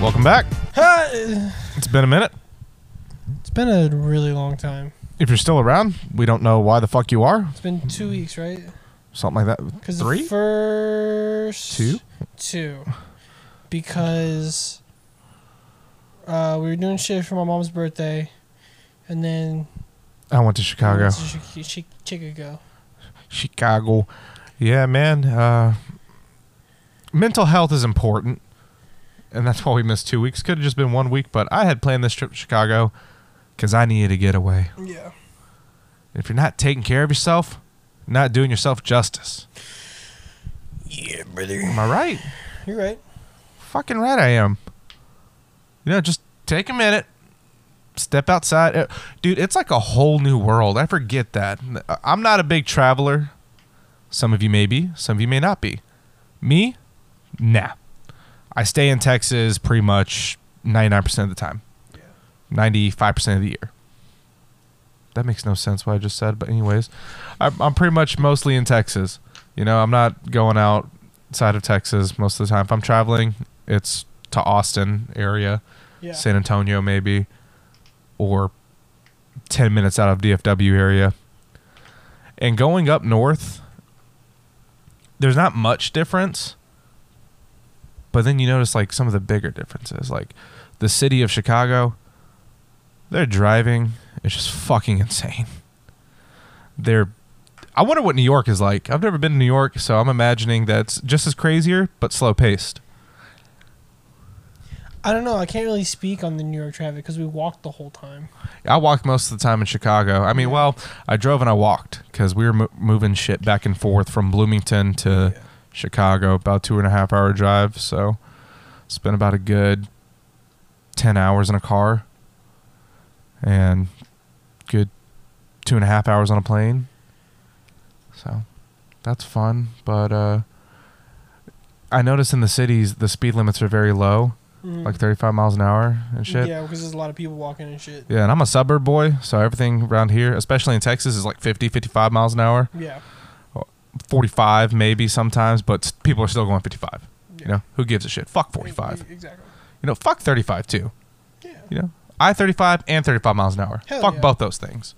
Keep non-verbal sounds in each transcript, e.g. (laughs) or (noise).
Welcome back. it's It's been a minute. been a really long time. If you're still around, we don't know why the fuck you are. It's been two weeks, right? Something like that. Because Three? the first Two? two, because uh, we were doing shit for my mom's birthday, and then I went to we Chicago. went to Chi- Chi- Chicago. Chicago. Yeah, man. Uh, mental health is important. And that's why we missed two weeks. Could have just been one week, but I had planned this trip to Chicago because I needed to get away. Yeah. If you're not taking care of yourself, you're not doing yourself justice. Yeah, brother. Am I right? You're right. Fucking right, I am. You know, just take a minute, step outside. Uh, Dude, it's like a whole new world. I forget that. I- I'm not a big traveler. Some of you may be, some of you may not be. Me, nah. I stay in Texas pretty much 99% of the time, 95% of the year. That makes no sense what I just said, but, anyways, I- I'm pretty much mostly in Texas. You know, I'm not going outside of Texas most of the time. If I'm traveling, it's to Austin area, Yeah. San Antonio maybe, or 10 minutes out of DFW area. And going up north, there's not much difference. But then you notice like some of the bigger differences. Like the city of Chicago, their driving is just fucking (laughs) insane. They're I wonder what New York is like. I've never been to New York, so I'm imagining that's just as crazier but slow paced. I don't know. I can't really speak on the New York traffic because we walked the whole time. I walked most of the time in Chicago. I mean, Yeah. well, I drove and I walked because we were mo- moving shit back and forth from Bloomington to Yeah. Chicago, about two and a half hour drive. So, it's been about a good ten hours in a car, and good two and a half hours on a plane. So, that's fun. But uh, I noticed in the cities the speed limits are very low, Mm. like thirty-five miles an hour and shit. Yeah, because there's a lot of people walking and shit. Yeah, and I'm a suburb boy, so everything around here, especially in Texas, is like 50, 55 miles an hour, Yeah. 45 maybe sometimes, but s- people are still going 55. yeah. You know, who gives a shit? Fuck 45. E- Exactly. You know, fuck 35 too. Yeah. You know, I 35 and 35 miles an hour. Hell fuck yeah. both those things.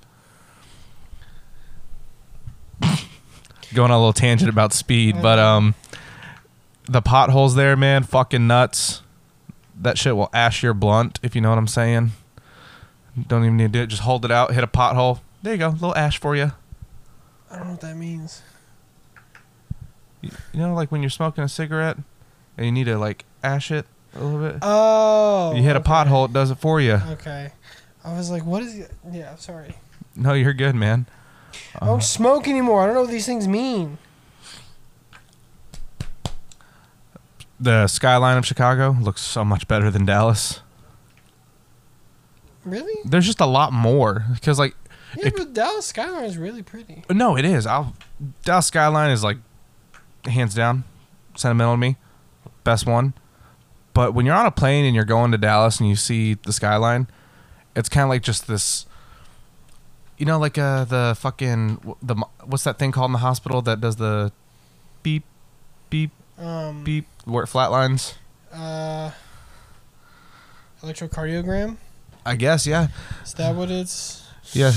(laughs) going on a little tangent about speed, but um, the potholes there, man, fucking nuts. That shit will ash your blunt if you know what I'm saying. Don't even need to do it. Just hold it out, hit a pothole. There you go, little ash for you. I don't know what that means. You know, like when you're smoking a cigarette and you need to like ash it a little bit. Oh. you hit a okay. pothole, it does it for you. Okay. I was like, what is it? Yeah, sorry. No, you're good, man. I Uh-huh. don't smoke anymore. I don't know what these things mean. The skyline of Chicago looks so much better than Dallas. Really? There's just a lot more because, like, Yeah, If- but Dallas skyline is really pretty. no, it is. I'll Dallas skyline is like hands down sentimental to me, best one. But when you're on a plane and you're going to Dallas and you see the skyline, it's kind of like just this. You know, like uh, the fucking the what's that thing called in the hospital that does the beep, beep, Um, beep where it flatlines. uh, electrocardiogram. I guess, yeah, Is that what it's? yeah.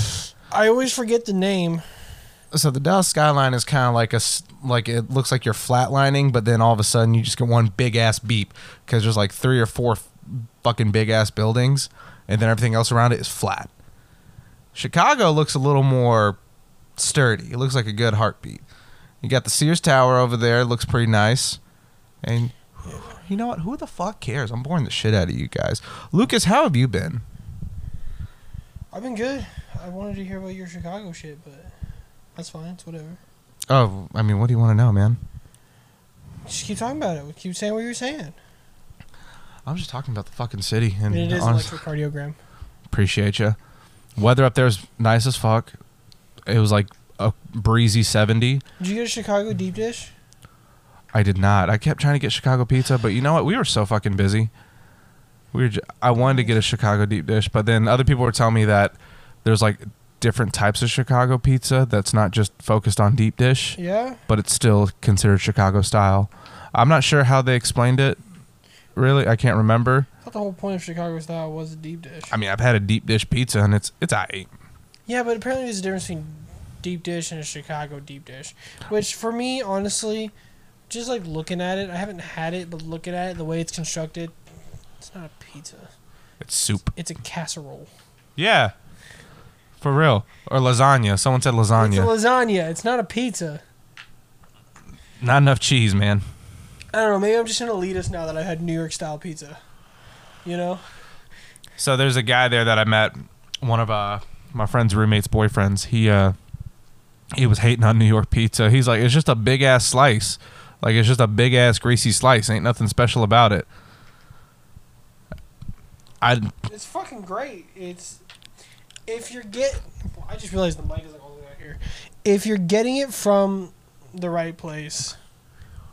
I always forget the name. so the Dallas skyline is kind of like a s- like it looks like you're flatlining, but then all of a sudden you just get one big ass beep because there's like three or four f- fucking big ass buildings, and then everything else around it is flat. Chicago looks a little more sturdy. It looks like a good heartbeat. You got the Sears Tower over there. It looks pretty nice, and you know what? Who the fuck cares? I'm boring the shit out of you guys. Lucas, how have you been? I've been good. I wanted to hear about your Chicago shit, but that's fine. It's whatever. Oh, I mean, what do you want to know, man? Just keep talking about it. Keep saying what you're saying. I'm just talking about the fucking city, and And it is honest- electrocardiogram. Appreciate you. Weather up there is nice as fuck. It was like a breezy 70. Did you get a Chicago deep dish? I did not. I kept trying to get Chicago pizza, but you know what? We were so fucking busy. We were j- I wanted to get a Chicago deep dish, but then other people were telling me that there's like different types of Chicago pizza that's not just focused on deep dish, Yeah. but it's still considered Chicago style. I'm not sure how they explained it. really? I can't remember. I thought the whole point of Chicago style was a deep dish. I mean, I've had a deep dish pizza and it's it's I eight. Yeah, but apparently there's a difference between deep dish and a Chicago deep dish, which for me, honestly, just like looking at it, I haven't had it, but looking at it, the way it's constructed, it's not a pizza. It's soup. It's a casserole. Yeah, for real. Or lasagna. Someone said It's a lasagna. lasagna. It's not a pizza. Not enough cheese, man. I don't know. Maybe I'm just an elitist now that I had New York style pizza. You know? So there's a guy there that I met, one of uh, my friend's roommates' boyfriends. He uh, he was hating on New York pizza. He's like, it's just a big ass slice, like it's just a big ass greasy slice. Ain't nothing special about it. I It's fucking great. It's if you're get. I just realized the mic is like all the way out here. If you're getting it from the right place,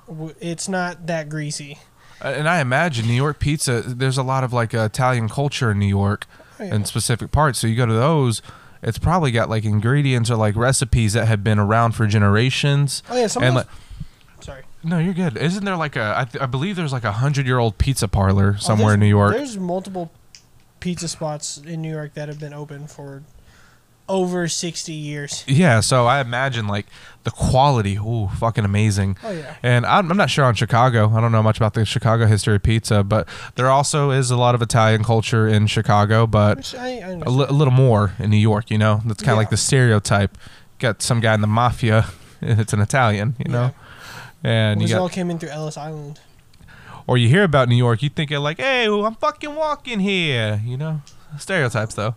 w- it's not that greasy. and I imagine New York pizza. There's a lot of like uh, Italian culture in New York, Oh, in specific parts. So you go to those. It's probably got like ingredients or like recipes that have been around for generations. Oh yeah, some and of like, those, sorry. Oh, No, you're good. Isn't there like a? I, th- I believe there's like a hundred year old pizza parlor Oh, somewhere there's- in New York. There's multiple pizza spots in New York that have been open for over sixty years. Yeah, so I imagine like the quality. Ooh, fucking amazing. Oh yeah. And I'm, I'm not sure on Chicago. I don't know much about the Chicago history of pizza, but there also is a lot of Italian culture in Chicago, but Which I, I a understand. li- a little more in New York. You know, that's kind of Yeah. like the stereotype. Got some guy in the mafia. (laughs) It's an Italian, you know, and you Which got all came in through Ellis Island. or you hear about New York, you think like, hey, I'm fucking walking here, you know. Stereotypes though.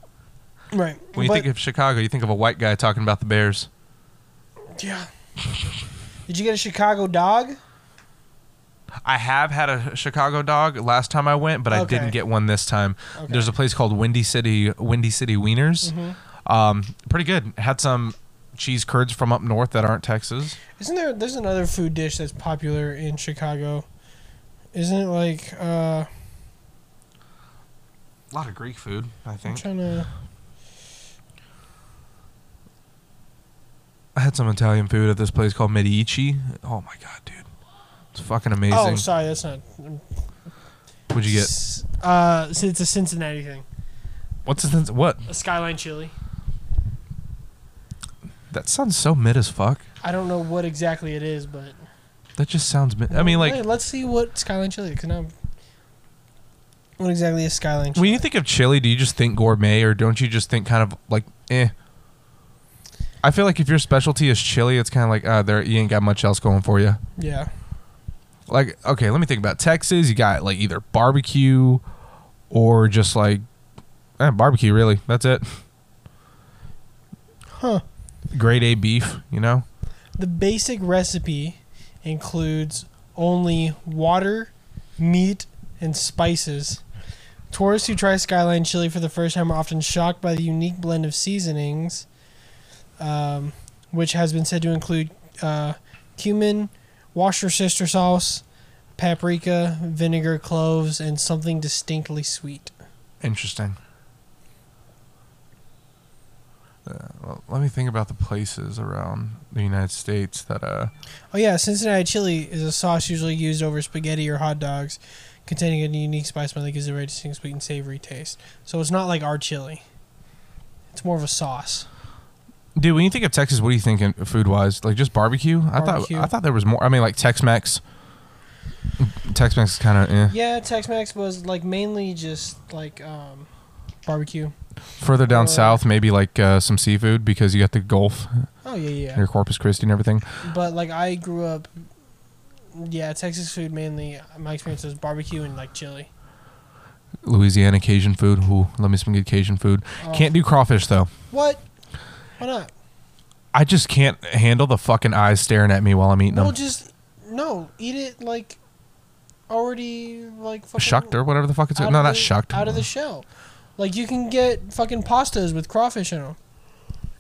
Right. When you But- think of Chicago, you think of a white guy talking about the Bears. Yeah. Did you get a Chicago dog? I have had a Chicago dog last time I went, but I Okay. didn't get one this time. Okay. Mm-hmm. There's a place called Windy City Windy City Wieners. Mm. Um, pretty good. Had some cheese curds from up north that aren't Texas. Isn't there? There's another food dish that's popular in Chicago. Isn't it like? Uh, A lot of Greek food, I I'm think. trying to. I had some Italian food at this place called Medici. Oh my god, dude. It's fucking Oh, amazing. sorry, that's not. What'd you get? S- Uh, so it's a Cincinnati thing. What's the what? A skyline chili. That sounds so mid as fuck. I don't know what exactly it is, but That just sounds mid. I mean like Hey, let's see what skyline chili. Cause now, what exactly is skyline? chili? When you think of chili, do you just think gourmet or don't you just think kind of like eh? I feel like if your specialty is chili, it's kind of like uh, there you ain't got much else going for you. yeah, Like okay, let me think about Texas. You got like either barbecue or just like eh, barbecue. Really, that's it. huh? Grade A beef, you know. The basic recipe includes only water, meat, and spices. Tourists who try Skyline Chili for the first time are often shocked by the unique blend of seasonings, um, which has been said to include uh, cumin, Worcestershire sauce, paprika, vinegar, cloves, and something distinctly sweet. Interesting. Uh, well, let me think about the places around the United States that uh Oh yeah, Cincinnati chili is a sauce usually used over spaghetti or hot dogs, containing a unique spice blend that gives it a very distinct sweet and savory taste. So it's not like our chili; it's more of (laughs) a sauce. Dude, when you think of Texas, what do you think in food wise? Like just barbecue? I thought Barbecue. I thought there was more. I mean, like Tex Mex. Tex Mex is kind of eh. Yeah, Tex-Mex was like mainly just like um, barbecue. further down Uh, south. Maybe like uh, some seafood because you got the Gulf Oh yeah, yeah. near Corpus Christi and everything. But like I grew up, yeah, Texas food mainly. My experience was barbecue and like chili. Louisiana Cajun food. Ooh, let me some good Cajun food. Oh. Can't do crawfish though. Um, What? Why not? I just can't handle the fucking eyes staring at me while I'm eating Well, them. just no. Eat it like already like fucking. Shucked or whatever the fuck it's out no, of not the- shucked. Out of the shell. Like you can get fucking pastas with crawfish in them,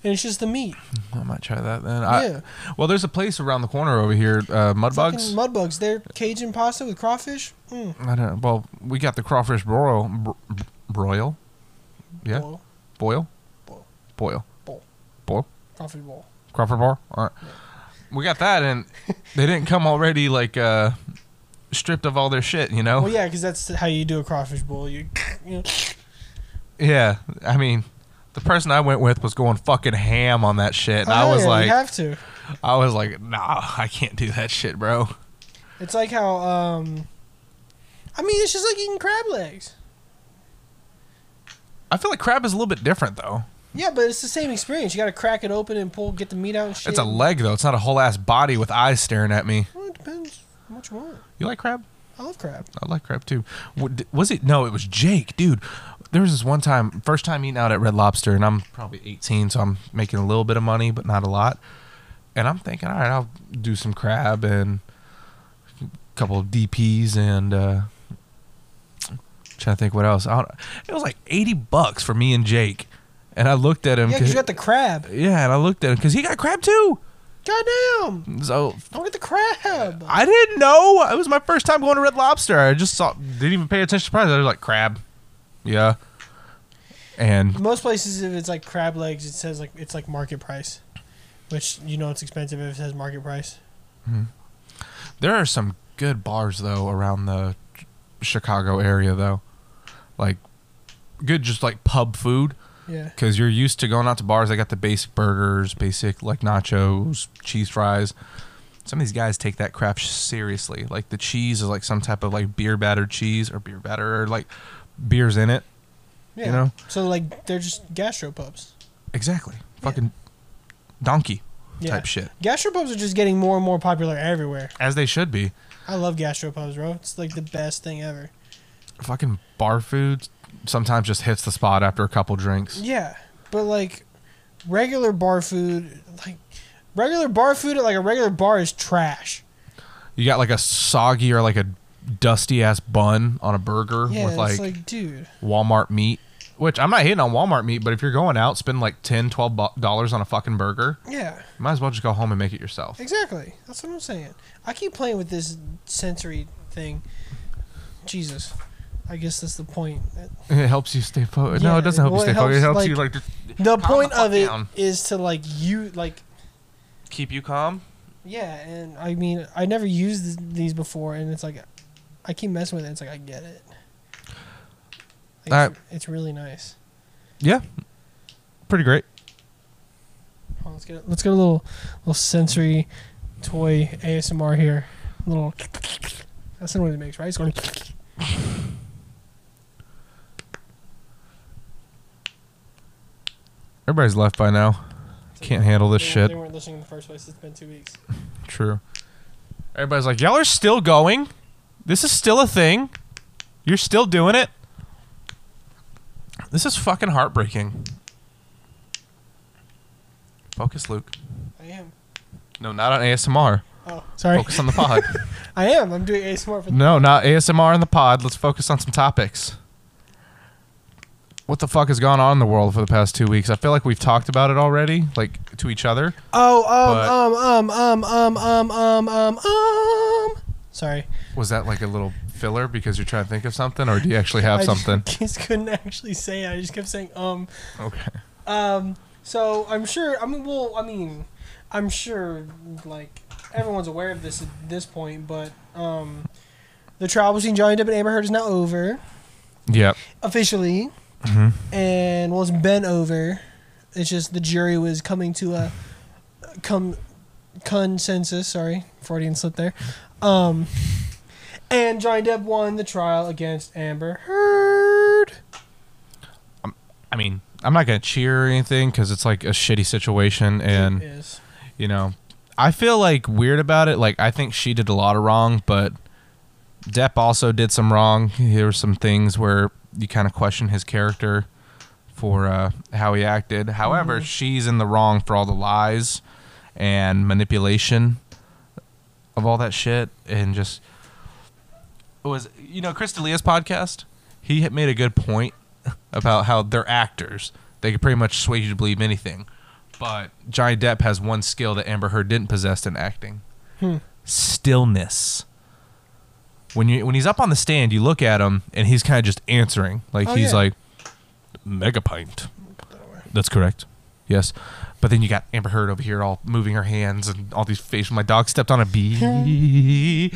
and it's just the meat. I might try that then. yeah, I, well, there's a place around the corner over here, uh, Mud Bugs. Fucking mud bugs. They're Cajun pasta with crawfish. Mm. I don't know. Well, we got the crawfish broil. Br- br- broil? Yeah. Boil. Boil? Boil. Boil. Boil. Boil. Crawfish bowl. Crawford bar? All right. We got that, and they didn't come already like uh, stripped of all their shit, you know? Well, yeah, because that's how you do a crawfish bowl. You, you know, Yeah, I mean, the person I went with was going fucking ham on that shit, and I was Oh, yeah, like, you have to. I was like, nah, I can't do that shit, bro. It's like how, um, I mean, it's just like eating crab legs. I feel like crab is a little bit different though. Yeah, but it's the same experience. You got to crack it open and pull, get the meat out and shit. It's a leg though. It's not a whole ass body with eyes staring at me. Well, it depends how much you want. You like crab? I love crab. I like crab too. Wa- d- Was it? No, it was Jake, dude. There was this one time, first time eating out at Red Lobster, and I'm probably 18, so I'm making a little bit of money, but not a lot. And I'm thinking, all right, I'll do some crab and a couple of DPs and uh, trying to think what else. I don't, it was like 80 bucks for me and Jake. And I looked at him. Yeah, 'cause you got the crab. yeah, and I looked at him because he got crab too. Goddamn! So Don't get the crab. I didn't know. It was my first time going to Red Lobster. I just saw, didn't even pay attention to price. I was like, crab. Yeah. And Most places, if it's like crab legs, it says like it's like market price, which you know it's expensive if it says market price. there are some good bars, though, around the Ch- Chicago area, though. Like, good, just like pub food. Yeah. Because you're used to going out to bars. They got the basic burgers, basic like nachos, cheese fries. Some of these guys take that crap sh- seriously. Like the cheese is like some type of like beer battered cheese or beer batter or like beers in it. Yeah. know? So like they're just gastropubs. Exactly. Fucking donkey Yeah. type shit. Gastropubs are just getting more and more popular everywhere. As they should be. I love gastropubs, bro. It's like the best thing ever. Fucking bar food sometimes just hits the spot after a couple drinks. Yeah, but like regular bar food, like regular bar food at like a regular bar is trash. You got like a soggy or like a dusty ass bun on a burger Yeah, with like, it's like dude. Walmart meat. Which I'm not hitting on Walmart meat, but if you're going out, spend like 10 12 bu- dollars on a fucking burger. Yeah. You might as well just go home and make it yourself. Exactly. That's what I'm saying. I keep playing with this sensory thing. Jesus. I guess that's the point. It helps you stay focused. no, Yeah, it doesn't help well, you it stay focused. It helps helps, you like like- just The point fuck of it is down. to like you like keep you calm. yeah, and I mean I never used th- these before, and it's like I keep messing with it. It's like I get it. Like, All it's, it's really nice. Yeah. Pretty great. Hold on, let's get a, let's get a little little sensory toy ASMR here. A little. That's the noise it makes, right? It's going. Everybody's left by now. Can't handle this They weren't- shit. They weren't listening in the first place. It's been two weeks. True. Everybody's like, y'all are still going. This is still a thing. You're still doing it. This is fucking heartbreaking. Focus, Luke. I am. No, not on ASMR. Oh, sorry. Focus on the pod. (laughs) I am. I'm doing ASMR for the. no, not ASMR on the pod. Let's focus on some topics. What the fuck has gone on in the world for the past two weeks? I feel like we've talked about it already, like to each other. Oh, But- um, um, um, um, um, um, um, um, um. Sorry. Was that like a little filler because you're trying to think of something, or do you actually have I just- (laughs) something? just couldn't actually say it. I just kept saying um. Okay. Um, so I'm sure. I mean, well, I mean, I'm sure like everyone's aware of this at this point, but um, the trial between Johnny Depp and Amber Heard is now over Yep. officially, and well, it's been over. It's just the jury was coming to a come consensus. Sorry, Freudian slip there. Um, and Johnny Depp won the trial against Amber Heard. I mean, I'm not gonna cheer or anything because it's like a shitty situation, and Yes. you know, I feel like weird about it. Like I think she did a lot of wrong, but Depp also did some wrong. There were some things where you kind of question his character for uh, how he acted. However, she's in the wrong for all the lies and manipulation of all that shit, and just it was you know Chris D'Elia's podcast. He had made a good point (laughs) about how they're actors; they could pretty much sway you to believe anything. But Johnny Depp has one skill that Amber Heard didn't possess in acting: Hmm. stillness. When you when he's up on the stand, you look at him and he's kind of just answering, like Oh, he's yeah. like mega pint. That's correct. Yes. But then you got Amber Heard over here (laughs) all moving her hands and all these faces. My dog stepped on a bee.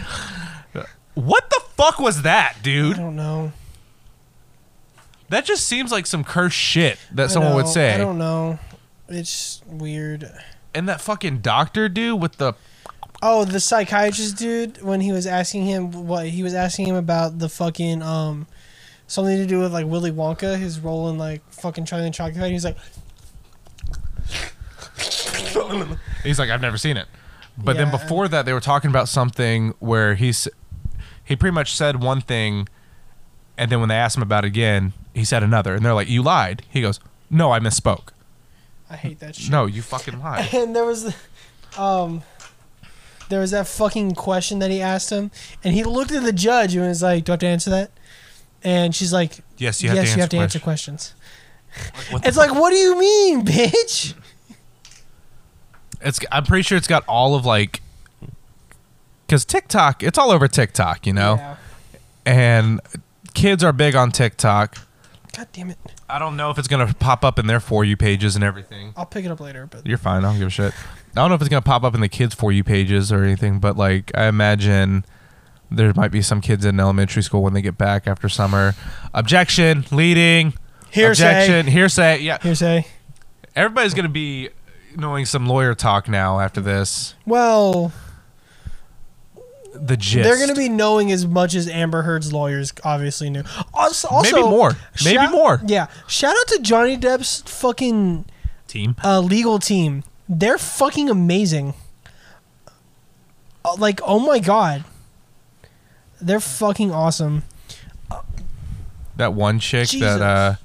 What the fuck was that, I dude? don't know. That just seems like some cursed shit that I someone would know, say. I don't know. It's weird. and that fucking doctor dude with the Oh, the psychiatrist dude when he was asking him what he was asking him about the fucking um something to do with like Willy Wonka, his role in like fucking Charlie and the Chocolate Factory. He's like, he's like I've never seen it. But then Yeah, and- before that they were talking about something where he's he pretty much said one thing and then when they asked him about it again, he said another and they're like you lied. He goes, "No, I misspoke." I hate that shit. No, you fucking lied. (laughs) And there was, the- um, there was that fucking question that he asked him, and he looked at the judge and was like, "Do I have to answer that?" And she's like, Yes, you have "Yes, to you have to answer answer. questions." questions. What the It's like, what do you mean, bitch? It's. I'm pretty sure it's got all of like, because TikTok, it's all over TikTok, you know, Yeah. and kids are big on TikTok. God damn it! I don't know if it's gonna pop up in their for you pages and everything. I'll pick it up later, but You're fine. I don't give a shit. I don't know if it's gonna pop up in the kids for you pages or anything, but like, I imagine there might be some kids in elementary school when they get back after summer. Objection, leading. hearsay. Objection, hearsay. Yeah, Hearsay. everybody's gonna be knowing some lawyer talk now after this. Well, The gist. they're going to be knowing as much as Amber Heard's lawyers obviously knew. Also, also Maybe more. Maybe shout- more. Yeah. Shout out to Johnny Depp's fucking Team. uh, legal team. They're fucking amazing. Uh, Like, oh my god, they're fucking awesome. That one chick Jesus. that uh,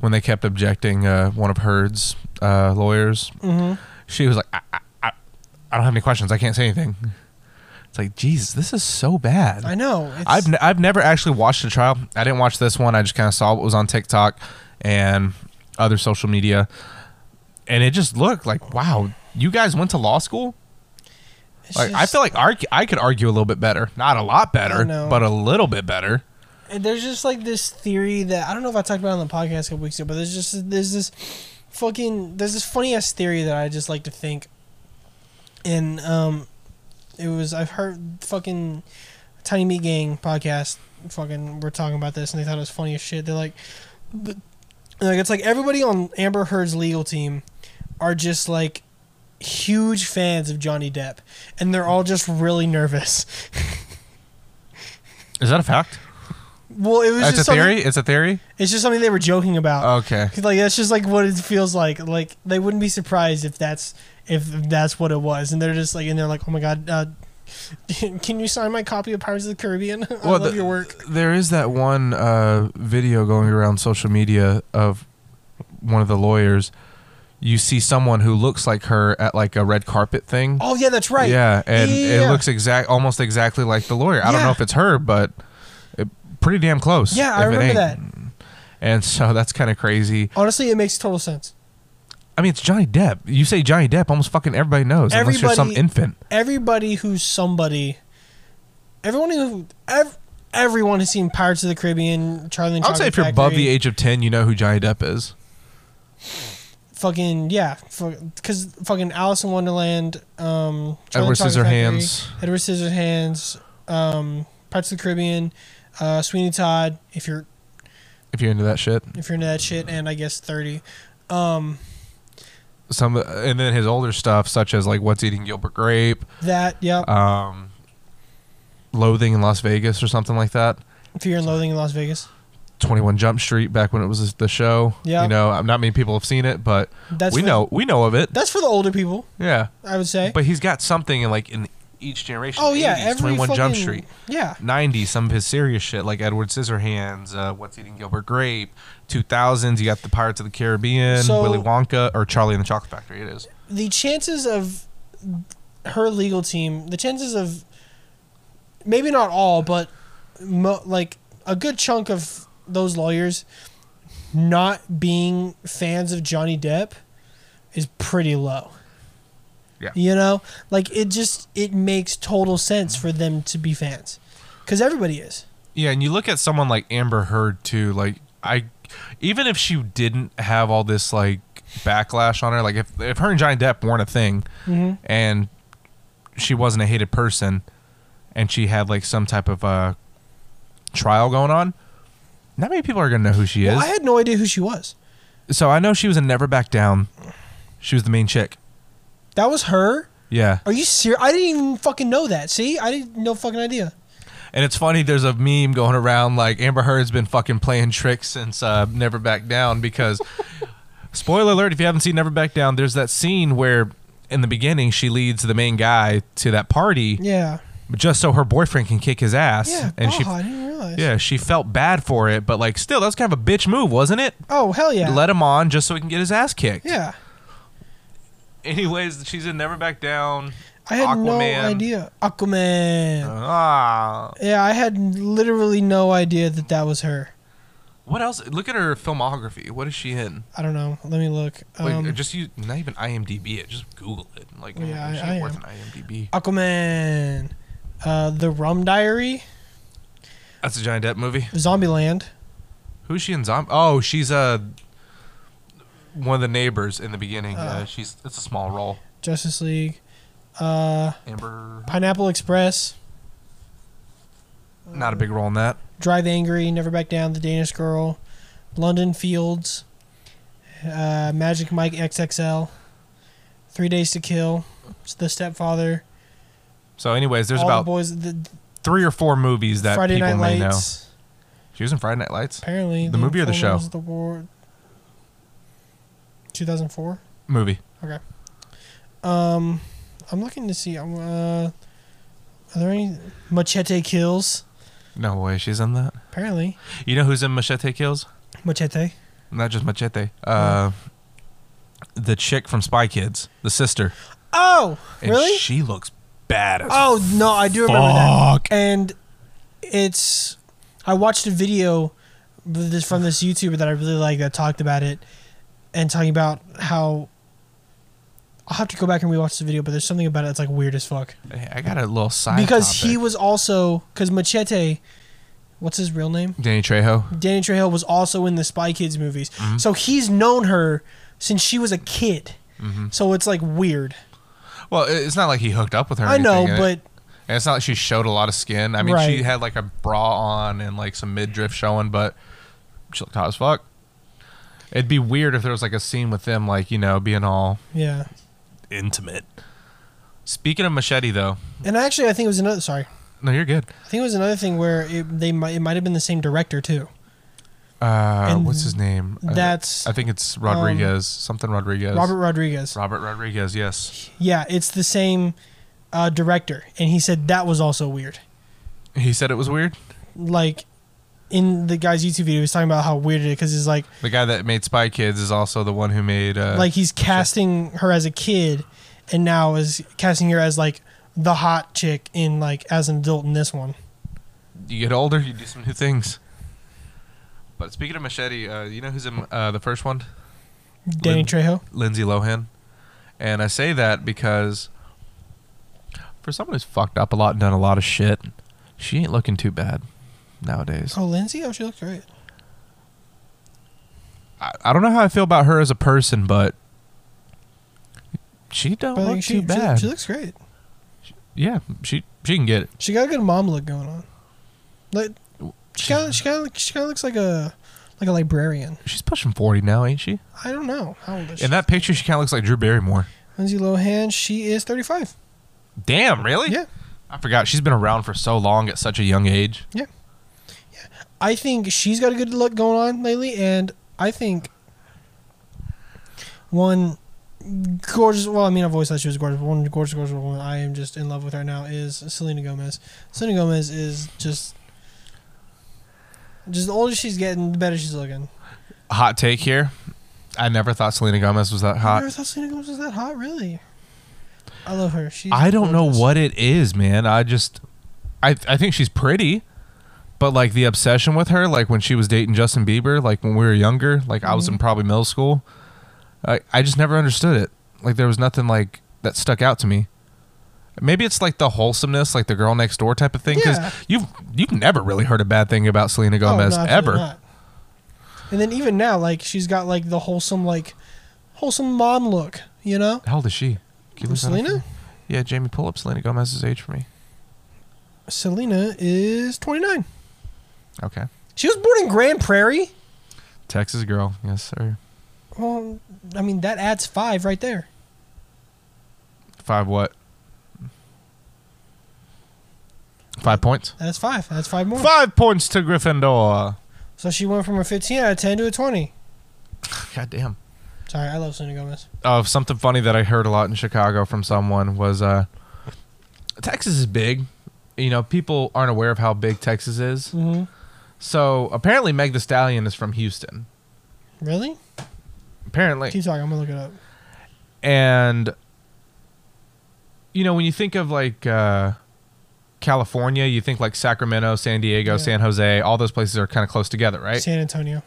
when they kept objecting, uh, one of Heard's uh, lawyers, Mm-hmm. she was like, I, I, I, I don't have any questions. I can't say anything. It's like, Jesus, this is so bad. I know. It's, I've, n- I've never actually watched a trial. I didn't watch this one. I just kind of saw what was on TikTok and other social media. And it just looked like, wow, you guys went to law school? it's Like, I just- feel like arg- I could argue a little bit better. Not a lot better, know. but a little bit better. And there's just like this theory that I don't know if I talked about it on the podcast a couple weeks ago, but there's just there's this fucking there's this funny ass theory that I just like to think, and um, it was I've heard fucking Tiny Meat Gang podcast fucking were talking about this and they thought it was funny as shit. They're like, but, like it's like everybody on Amber Heard's legal team are just like huge fans of Johnny Depp, and they're all just really nervous. Is that a fact? Well, it was It's a just something- theory? It's a theory? It's just something they were joking about. Okay. 'Cause, like that's just like what it feels like. Like they wouldn't be surprised if that's if that's what it was, and they're just like and they're like, oh my god, uh, (laughs) can you sign my copy of Pirates of the Caribbean? (laughs) I love the- your work. There is that one uh, video going around social media of one of the lawyers. You see someone who looks like her at like a red carpet thing. Oh yeah, that's right. Yeah, and Yeah. it looks exact, almost exactly like the lawyer. I don't Yeah. know if it's her, but it, pretty damn close. Yeah, I if it remember that. ain't. And so that's kind of crazy. Honestly, it makes total sense. I mean, it's Johnny Depp. You say Johnny Depp, almost fucking everybody knows, unless you're some Everybody- infant. Everybody who's somebody, everyone who ev- everyone has seen Pirates of the Caribbean, Charlie. And I would say Chocolate if you're above the Factory, age of ten, you know who Johnny Depp is. fucking yeah, because fucking Alice in Wonderland, um, Charlie Edward and the Chocolate Factory, Scissorhands. Edward Scissorhands, um, Pirates of the Caribbean, uh, Sweeney Todd, if you're If you're into that shit. if you're into that shit, and I guess thirty. Um, some and then his older stuff such as like what's eating gilbert grape that yep. um loathing in las vegas or something like that Fear and Loathing in Las Vegas. 21 jump street back when it was the show Yeah. you know not many people have seen it but That's we for, know we know of it That's for the older people, yeah I would say. but he's got something in like in each generation oh yeah, 80s, every 21 fucking, jump street Yeah, 90s some of his serious shit like edward scissorhands uh, what's eating gilbert grape 2000s you got the pirates of the caribbean So- willy wonka or charlie and the chocolate factory it is the chances of her legal team, the chances of maybe not all, but mo- like a good chunk of those lawyers not being fans of Johnny Depp is pretty low. Yeah. You know, like it just it makes total sense for them to be fans cuz everybody is. Yeah, and you look at someone like Amber Heard too. Like I, even if she didn't have all this like backlash on her, like if if her and Johnny Depp weren't a thing, Mhm. and she wasn't a hated person, and she had like some type of uh, trial going on, not many people are gonna know who she is. Well, I had no idea who she was. so I know she was in Never Back Down. She was the main chick. That was her. Yeah. Are you serious? I didn't even fucking know that. See, I didn't no fucking idea. And it's funny, there's a meme going around like Amber Heard's been fucking playing tricks since uh, Never Back Down because, (laughs) spoiler alert, if you haven't seen Never Back Down, there's that scene where in the beginning she leads the main guy to that party Yeah. just so her boyfriend can kick his ass. Yeah. and oh, she, I didn't realize. yeah, she felt bad for it, but like still, that's kind of a bitch move, wasn't it? Oh hell yeah. Let him on just so he can get his ass kicked. yeah. Anyways, she's in Never Back Down. I had no Aquaman. idea. Aquaman. Ah. yeah, I had literally no idea that that was her. What else? Look at her filmography. What is she in? I don't know. Let me look. Like, Um, just use not even IMDb it. uh, Just Google it. Like, Yeah, yeah, I- I, I worth am. an IMDb. Aquaman. Uh, the Rum Diary. That's a Giant Depp movie. Zombieland. Who's she in? Zombie? Oh, she's uh one of the neighbors in the beginning. Uh, Uh. she's it's a small role. Justice League. Uh, Amber, Pineapple Express. not a big role in that. Drive Angry, Never Back Down, The Danish Girl, London Fields, uh, Magic Mike XXL, Three Days to Kill, The Stepfather, So, anyways, there's All about the Boys, the three or four movies that Friday people Night may know. Lights. She was in Friday Night Lights Apparently, The movie or the show? Informers, The War. 2004. movie. Um, I'm looking to see. Um, uh, are there any Machete kills? No way, she's in that. Apparently, You know who's in Machete Kills? Machete. Not just Machete. Uh, the chick from Spy Kids, the sister. Oh, And really? She looks bad as Oh no, I do remember that. Fuck. And it's I watched a video with this from this YouTuber that I really like that talked about it and talking about how I'll have to go back and rewatch the video, but there's something about it that's like weird as fuck. Hey, I got a little side because he topic. was also because Machete, what's his real name? Danny Trejo. Danny Trejo was also in the Spy Kids movies, so he's known her since she was a kid. So it's like weird. Well, it- it's not like he hooked up with her. or I know, anything, and but it- and it's not like she showed a lot of skin. I mean, Right. she had like a bra on and like some midriff showing, but she looked hot as fuck. It'd be weird if there was like a scene with them, like you know, being all yeah. intimate. Speaking of machete, though, And actually, I think it was another. Sorry, no, you're good. I think it was another thing where it, they might, it might have been the same director too. Uh, And what's his name? I- That's um, I, think it's Rodriguez. something Rodriguez. Robert Rodriguez. Robert Rodriguez. Yes, Yeah, it's the same uh, director, and he said that was also weird. he said it was weird. Like in the guy's YouTube video, he was talking about how weird it is because he's like, The guy that made Spy Kids is also the one who made uh, like he's casting her as a kid, and now is casting her as like the hot chick in like as an adult in this one. you get older, you do some new things. But speaking of machete, uh, you know who's in uh, the first one? Danny Lin- Trejo. Lindsay Lohan. And I say that because for someone who's fucked up a lot and done a lot of shit, she ain't looking too bad nowadays. Oh, Lindsay. Oh, she looks great. I, I don't know how I feel about her as a person, but she don't But look like, she, too she- bad. she looks great. yeah, she she can get it. She got a good mom look going on. Like she kind of she kind of she kind of looks like a like a librarian. She's pushing forty now, ain't she? I don't know how old is she. In that picture, she kind of looks like Drew Barrymore. Lindsay Lohan, she is thirty five. Damn, really? Yeah, I forgot she's been around for so long at such a young age. I think she's got a good look going on lately, and I think one gorgeous. Well, I mean, I've always thought she was gorgeous. But one gorgeous, gorgeous woman I am just in love with right now is Selena Gomez. Selena Gomez is just. Just the older she's getting, the better she's looking. hot take here. I never thought Selena Gomez was that I hot. never thought Selena Gomez was that hot, really. I love her. She's I don't know gorgeous. what it is, man. I just I I think she's pretty, but like the obsession with her, like when she was dating Justin Bieber, like when we were younger, like I Mm-hmm. was in probably middle school. I I just never understood it. Like there was nothing like that stuck out to me. Maybe it's like the wholesomeness, like the girl next door type of thing. Because Yeah. you've you've never really heard a bad thing about Selena Oh, no, Gomez absolutely ever. not. And then even now, like she's got like the wholesome, like wholesome mom look. You know, How old is she? Can you look that up for Selena? me? Yeah, Jamie, pull up Selena Gomez's age for me. Selena is 29. Okay. She was born in Grand Prairie. Texas girl. Yes, sir. Well, I mean, that adds five right there. Five what? Five points. That's five. That's five more. Five points to Gryffindor. So she went from a 15 out of 10 to a 20. God damn. Sorry, I love Selena Gomez. Oh, something funny that I heard a lot in Chicago from someone was uh, Texas is big. You know, people aren't aware of how big Texas is. Mm-hmm. So apparently, Meg the Stallion is from Houston. Really? Apparently. Keep talking. I'm going to look it up. and you know when you think of like uh, California, you think like Sacramento, San Diego, Yeah. San Jose. All those places are kind of close together, right? San Antonio.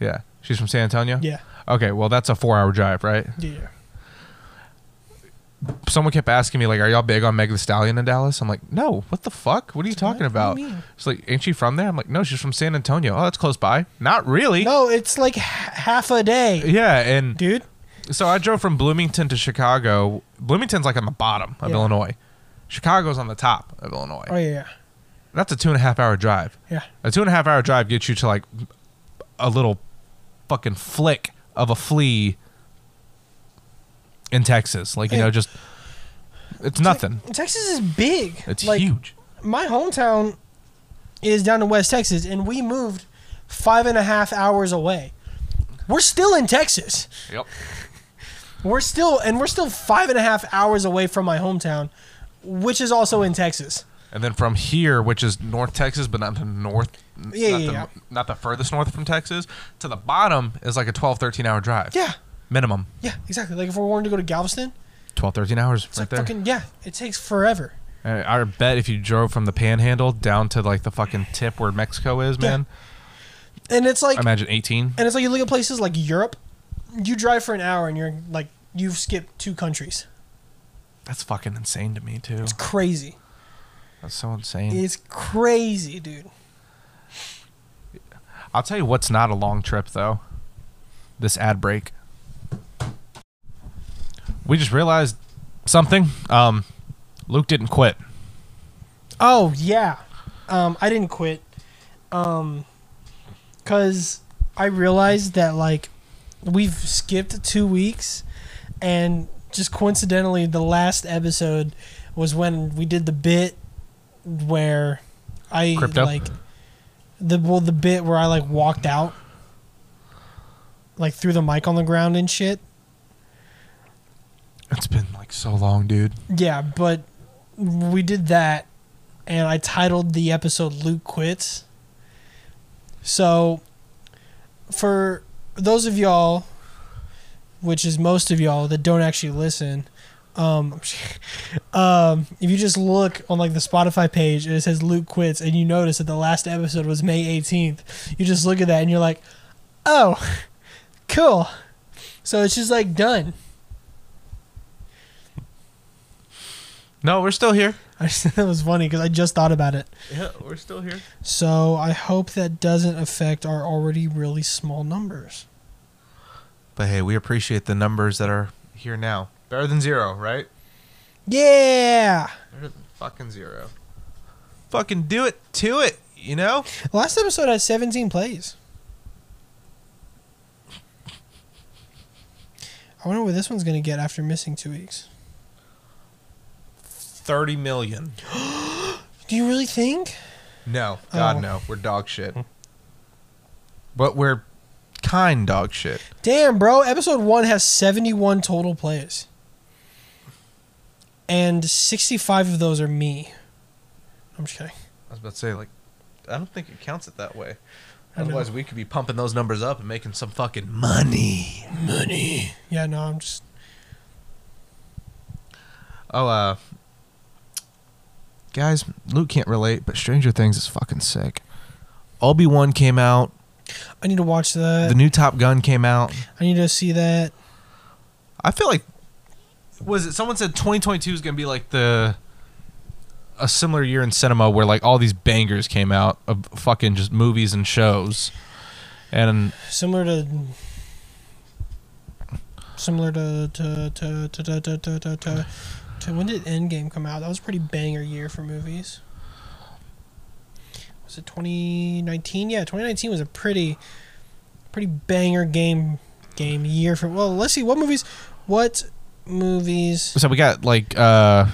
yeah. She's from San Antonio. Yeah. Okay, well that's a four-hour drive, right? Yeah. Someone kept asking me like, "Are y'all big on Meg The Stallion in Dallas?" I'm like, "No. What the fuck? What are you talking What do you about?" mean? She's like, "Ain't she from there?" I'm like, "No, she's from San Antonio." Oh, that's close by. Not really. No, it's like h- half a day, Yeah, and dude. So I drove from Bloomington to Chicago. Bloomington's like on the bottom of Yeah. Illinois. Chicago's on the top of Illinois. Oh, yeah. That's a two and a half hour drive. Yeah. A two and a half hour drive gets you to like a little fucking flick of a flea in Texas. Like, you Yeah. know, just it's nothing. Texas is big. It's like, huge. My hometown is down in West Texas, and we moved five and a half hours away. We're still in Texas. Yep. We're still, and we're still five and a half hours away from my hometown, which is also in Texas. And then from here, which is North Texas, but not the north, n- Yeah, not, yeah, the, yeah. not the furthest north from Texas, to the bottom is like a 12, 13 hour drive. Yeah. Minimum. Yeah, exactly. Like if we're wanting to go to Galveston, 12, 13 hours it's right like there. fucking yeah, it takes forever. I I bet if you drove from the panhandle down to like the fucking tip where Mexico is, man, And it's like I imagine 18. and it's like you look at places like Europe, you drive for an hour and you're like you've skipped two countries. That's fucking insane to me, too. It's crazy. That's so insane. It's crazy, dude. I'll tell you what's not a long trip, though. This ad break. We just realized something. Um, Luke didn't quit. Oh yeah, um, I didn't quit, um, cause I realized that like we've skipped two weeks, and just coincidentally, the last episode was when we did the bit where I Crypto? like the well the bit where I like walked out, like threw the mic on the ground and shit. It's been like so long, dude. Yeah, but we did that, and I titled the episode "Luke Quits." So, for those of y'all, which is most of y'all that don't actually listen, um, (laughs) um, if you just look on like the Spotify page and it says "Luke Quits," and you notice that the last episode was May eighteenth, you just look at that and you're like, "Oh, (laughs) cool." So it's just like done. (laughs) No, we're still here. I just, that was funny because I just thought about it. Yeah, we're still here. So I hope that doesn't affect our already really small numbers. But hey, we appreciate the numbers that are here now. Better than zero, right? Yeah. Better than fucking zero. Fucking do it to it, you know? Last episode had 17 plays. I wonder what this one's going to get after missing two weeks. 30 million. Do you really think? No, God, Oh. no. We're dog shit. But we're kind dog shit. Damn, bro. Episode one has 71 total plays. And 65 of those are me. I'm just kidding. I was about to say, like, I don't think it counts it that way. I know. Otherwise, we could be pumping those numbers up and making some fucking money. Money. Yeah, no, I'm just. Oh, uh, guys, Luke can't relate, but Stranger Things is fucking sick. Obi Wan came out. I need to watch that. The new Top Gun came out. I need to see that. I feel like was it someone said 2022 is going to be like the a similar year in cinema where like all these bangers came out of fucking just movies and shows. And similar to similar to to to to to to to, to, to, to when did Endgame come out? That was a pretty banger year for movies. was it 2019? Yeah, 2019 was a pretty pretty banger game game year for. Well, let's see what movies what movies So we got like uh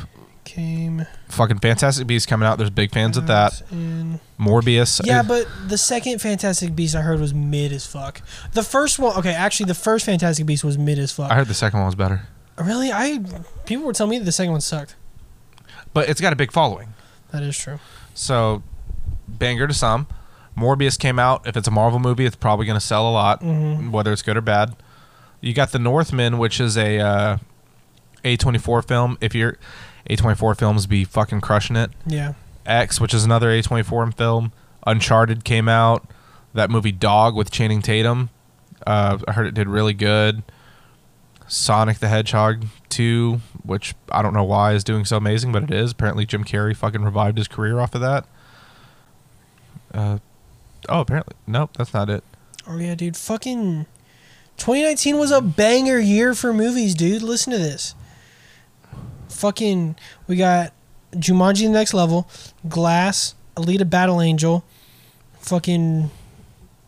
came fucking Fantastic Beasts coming out. There's big fans of that. out in- Morbius. Mm-hmm. Yeah, uh, but the second Fantastic Beast I heard was mid as fuck. The first one, okay, actually the first Fantastic Beast was mid as fuck. I heard the second one was better, really, I people were telling me that the second one sucked. but it's got a big following. That is true. So banger to some. Morbius came out. If it's a Marvel movie, it's probably going to sell a lot, Mhm. whether it's good or bad. You got The Northman, which is a uh, A24 film. If you're A24 films be fucking crushing it. Yeah. X, which is another A24 film. Uncharted came out. That movie Dog with Channing Tatum. Uh, I heard it did really good. Sonic the Hedgehog 2, which I don't know why is doing so amazing, but it is. Apparently, Jim Carrey fucking revived his career off of that. Uh, oh, apparently. Nope, that's not it. Oh yeah, dude. Fucking 2019 was a banger year for movies, dude. Listen to this. Fucking we got Jumanji the next level, Glass, Alita Battle Angel, fucking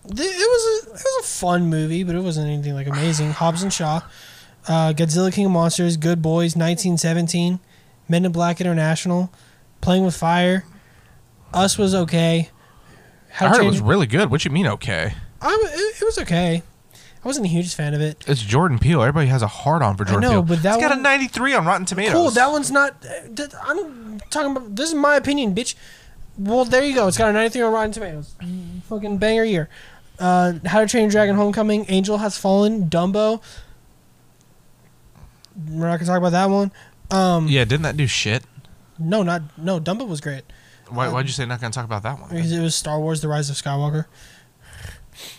th- it was a, it was a fun movie, but it wasn't anything like amazing. Hobbs and Shaw, uh, Godzilla King of Monsters, Good Boys, 1917, Men in Black International, Playing with Fire, Us was okay. How I heard Change- it was really good. What you mean, okay? I w- it, it was okay. I wasn't a huge fan of it. It's Jordan Peele. Everybody has a hard on for Jordan know, Peele. but that it's got a one- 93 on Rotten Tomatoes. Cool. That one's not. uh, that- I'm talking about. This is my opinion, bitch. Well, there you go. It's got a 93 on Rotten Tomatoes. Mm, Fucking banger year. Uh, How to Train Your Dragon: Homecoming, Angel Has Fallen, Dumbo. We're not gonna talk about that one. Um, Yeah, didn't that do shit? no, not no. Dumbo was great Why, why'd you say not going to talk about that one? because it was Star Wars: The Rise of Skywalker.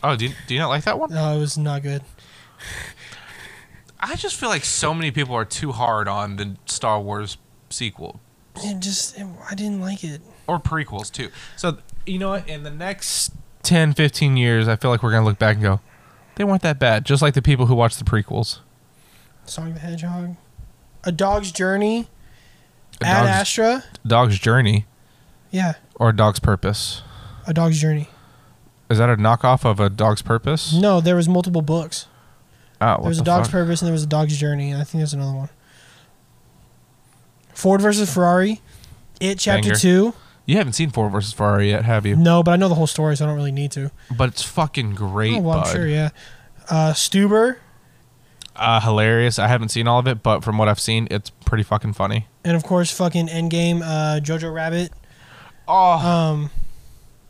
Oh, do you, do you not like that one? No, it was not good. I just feel like so many people are too hard on the Star Wars sequel It just it- I didn't like it. or prequels too. So, you know what? In the next 10, 15 years, I feel like we're going to look back and go, they weren't that bad, just like the people who watched the prequels. Song the Hedgehog, A Dog's Journey, A Ad dog's, Astra. dog's Journey Yeah, or A Dog's Purpose. A Dog's Journey. Is that a knockoff of A Dog's Purpose? No, there was multiple books. Oh, there was Mm-hmm. a Dog's Purpose and there was a Dog's Journey, and I think there's another one. Ford versus Ferrari, It Chapter Banger. Two. You haven't seen Ford versus Ferrari yet, have you? No, but I know the whole story, so I don't really need to. But it's fucking great, Mm-hmm. oh, well, bud. I'm sure, yeah. Uh, Stuber uh, hilarious. I haven't seen all of it, but from what I've seen, it's pretty fucking funny. and of course fucking Endgame, uh, Jojo Rabbit. Oh, Um,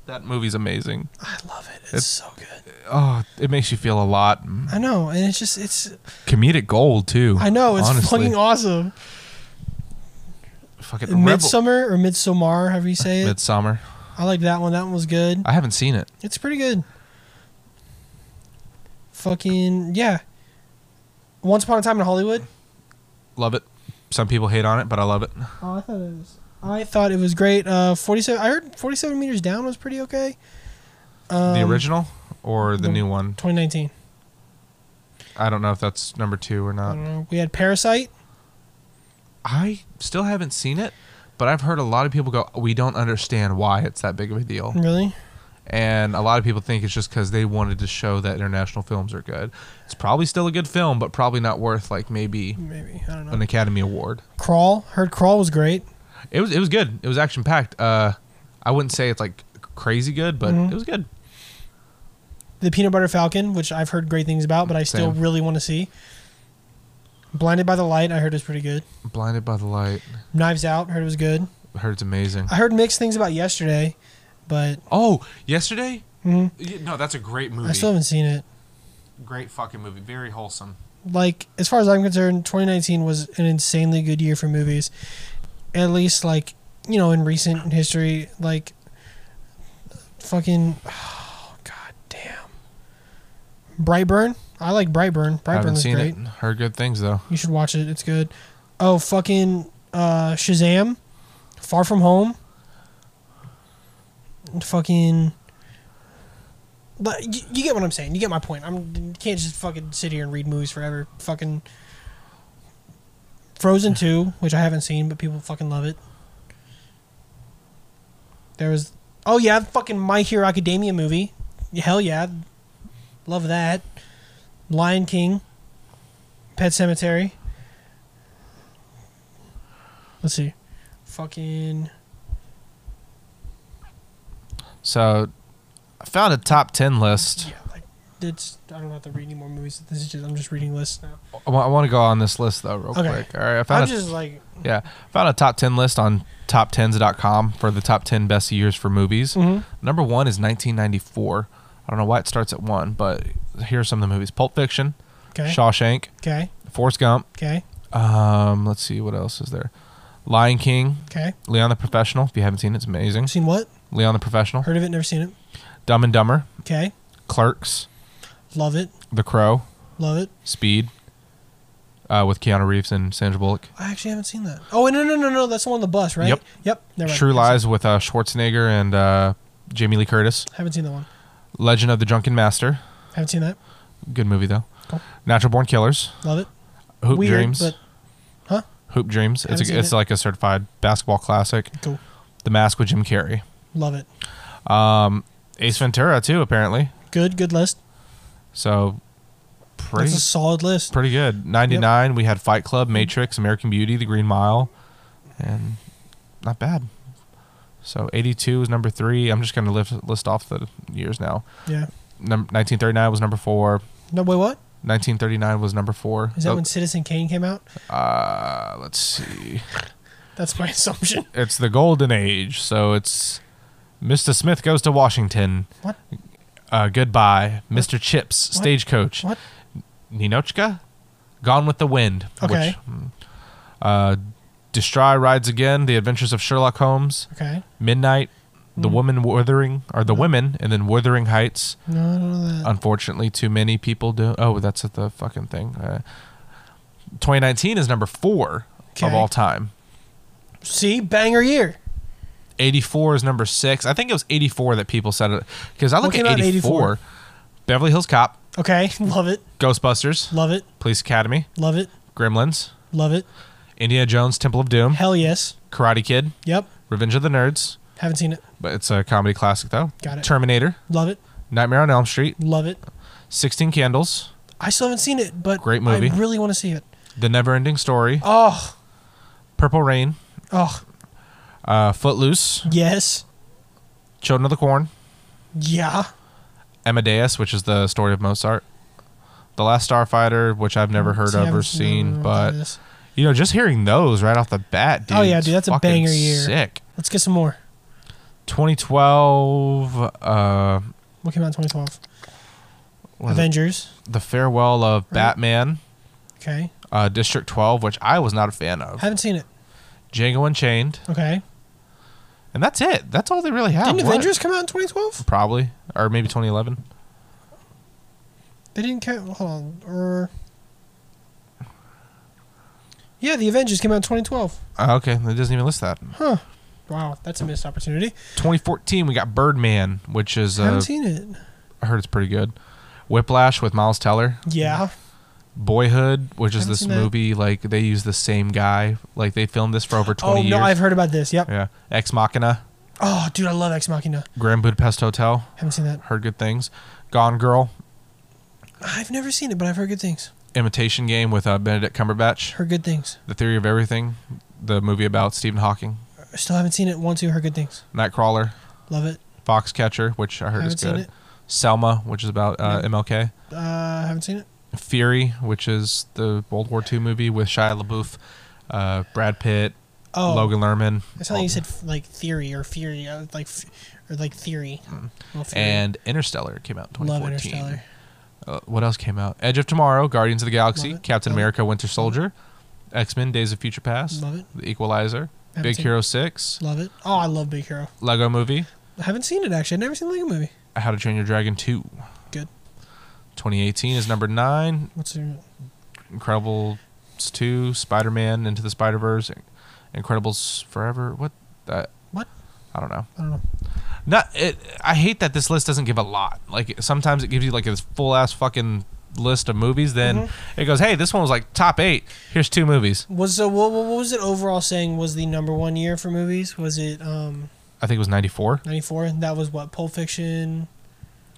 that movie's amazing. I love it. It's, It's- so good. oh, it makes you feel a lot. I know, and it's just it's. Comedic gold too. I know it's honestly. fucking awesome. fucking Rebel- Midsummer or Midsommar, however you say it. Midsummer. I like that one. That one was good. I haven't seen it. It's pretty good. Fucking yeah. Once upon a time in Hollywood. Love it. Some people hate on it, but I love it. Oh, I thought it was. I thought it was great. Uh, forty-seven. I heard forty-seven meters down was pretty okay. Um, the original or the, the- new one. Twenty nineteen. I don't know if that's number two or not. we had Parasite. I still haven't seen it, but I've heard a lot of people go, "We don't understand why it's that big of a deal." Really? and a lot of people think it's just because they wanted to show that international films are good. It's probably still a good film, but probably not worth like maybe Maybe I don't know. an Academy Award. Crawl. Heard Crawl was great. It was it was good. It was action packed. Uh, I wouldn't say it's like crazy good, but Mhm. it was good. The Peanut Butter Falcon, which I've heard great things about, but I still Same. really want to see. Blinded by the Light. I heard is pretty good. Blinded by the Light. Knives Out. Heard it was good. I heard it's amazing. I heard mixed things about yesterday, but Oh, yesterday. mm, Y- No, that's a great movie. I still haven't seen it. great fucking movie. Very wholesome. like as far as I'm concerned, 2019 was an insanely good year for movies. At least like you know in recent history, like fucking (sighs) oh, god damn, Brightburn. I like Brightburn. I Brightburn haven't was seen great. it. Heard good things though. You should watch it. It's good. Oh fucking uh, Shazam, Far From Home. Fucking. But you, you get what I'm saying. You get my point. I'm you can't just fucking sit here and read movies forever. Fucking. Frozen Two, which I haven't seen, but people fucking love it. There was Oh yeah, the fucking My Hero Academia movie. Hell yeah, love that. Lion King, Pet Cemetery. Let's see, fucking So I found a top 10 list. yeah, like it's. I don't have to read any more movies. This is just I'm just reading lists now. I want to go on this list though, real Okay. quick. All right. I found I'm a, just like yeah, found a top 10 list on top10s.com for the top 10 best years for movies. Mhm. Number one is 1994. I don't know why it starts at one, but here are some of the movies Pulp Fiction, okay, Shawshank, okay, Forrest Gump. okay, Um, let's see, what else is there? Lion King, okay. Leon the Professional. If you haven't seen it, it's amazing. Seen what? Leon the Professional, Heard of it? Never seen it. Dumb and Dumber, Okay, Clerks, love it, The Crow, love it. Speed, uh, with Keanu Reeves and Sandra Bullock. I actually haven't seen that. Oh no no no no, that's the one on the bus, right? Yep. Yep. Never mind. True Haven't Lies with uh, Schwarzenegger and uh, Jamie Lee Curtis. seen- Haven't seen that one. Legend of the Drunken Master. Haven't seen that. Good movie though. Cool. Natural Born Killers. Love it. Hoop Weird, Dreams. but huh? Hoop Dreams. Haven't It's seen a, it's it. like a certified basketball classic. Cool. The Mask with Jim Carrey. Love it. Um, Ace Ventura too apparently. Good, good list. So pretty That's a solid list. pretty good. Ninety nine. We had Fight Club, Matrix, American Beauty, The Green Mile, and not bad. So eighty two is number three. I'm just gonna list list off the years now. Yeah. Num- 1939 was number four. No, wait, what? 1939 was number four. Is that Oh, when Citizen Kane came out? Uh, let's see. That's my (laughs) assumption. It's the golden age, so it's Mr. Smith goes to Washington. What? Uh, goodbye, Mr. Chips, What? stagecoach. What? Ninochka, Gone with the Wind. Okay. Which, mm. uh, Destroy Rides Again, The Adventures of Sherlock Holmes, Okay. Midnight, The Mm. Woman Wuthering, or Hmm. The Women, and then Wuthering Heights. No, I don't know Uh, that. Unfortunately, too many people do. Oh, that's at the fucking thing. Uh, 2019 is number four of Okay. all time. See, banger year. 84 is number six. I think it was 84 that people said it because I What look came at out in 84, 84? Beverly Hills Cop, Okay. (laughs) Love it. Ghostbusters, Love it. Police Academy, Love it. Gremlins, Love it. Indiana Jones, Temple of Doom, Hell yes. Karate Kid, Yep. Revenge of the Nerds, Haven't seen it. but it's a comedy classic though. Got it. Terminator, Love it. Nightmare on Elm Street, Love it. 16 Candles, I still haven't seen it, but Great movie. I really want to see it. The Neverending Story, Oh. Purple Rain, Oh. uh, Footloose, Yes. Children of the Corn, Yeah. Amadeus, which is the story of Mozart. The Last Starfighter, which I've never heard See, I of or haven't- Oh, I seen, don't know what but that is. you know, just hearing those right off the bat, dude. Oh, yeah, dude, that's a fucking banger year. Sick. let's get some more. 2012, uh, What came out in 2012? what is it? Avengers. the farewell of Batman, Okay. uh, District 12, which I was not a fan of. Haven't seen it. Django Unchained, Okay. and that's it. That's all they really have. Didn't What? Avengers come out in 2012? Probably, or maybe 2011. They didn't count. Hold on. er. Or. Yeah, the Avengers came out in 2012. Uh, okay, it doesn't even list that. Huh. Wow, that's a missed opportunity. 2014, we got Birdman, which is uh, Haven't seen it. I heard it's pretty good. Whiplash with Miles Teller. Yeah. Boyhood, which is Haven't this seen that. movie, like they use the same guy. Like they filmed this for over 20 Oh years. no, I've heard about this. Yep. yeah. Ex Machina, Oh, dude, I love Ex Machina. Grand Budapest Hotel. Haven't seen that. Heard good things. Gone Girl, I've never seen it, but I've heard good things. Imitation Game with uh, Benedict Cumberbatch. Heard good things. The Theory of Everything, the movie about Stephen Hawking. I still haven't seen it. Want to? Heard good things. Nightcrawler, Love it. Foxcatcher, which I heard is Haven't seen good. it. Selma, which is about uh, No. MLK. Uh, haven't seen it. Fury, which is the World War II movie with Shia LaBeouf, uh, Brad Pitt, Oh, Logan Lerman. I thought all- you said f- like theory or fury, uh, like f- or like theory. Well, Fury. Hmm. and Interstellar came out in love 2014. Interstellar. Uh, what else came out? Edge of Tomorrow, Guardians of the Galaxy, Love it. Captain Love it. America, Winter Soldier, X Men, Days of Future Past, Love it. The Equalizer, Haven't Big seen Hero 6, Love it. Oh, I love Big Hero. Lego Movie, I haven't seen it actually. I've never seen the Lego movie. How to Train Your Dragon 2. Good. 2018 is number 9, What's your Incredibles 2, Spider Man, Into the Spider Verse, Incredibles Forever. What? That, what? I don't know. I don't know. Not it, I hate that this list doesn't give a lot. Like sometimes it gives you like this full ass fucking list of movies. Then Mm-hmm. it goes, hey, this one was like top eight. Here's two movies. Was so what, what was it overall saying was the number one year for movies? Was it um I think it was 94. 94. That was what? Pulp Fiction.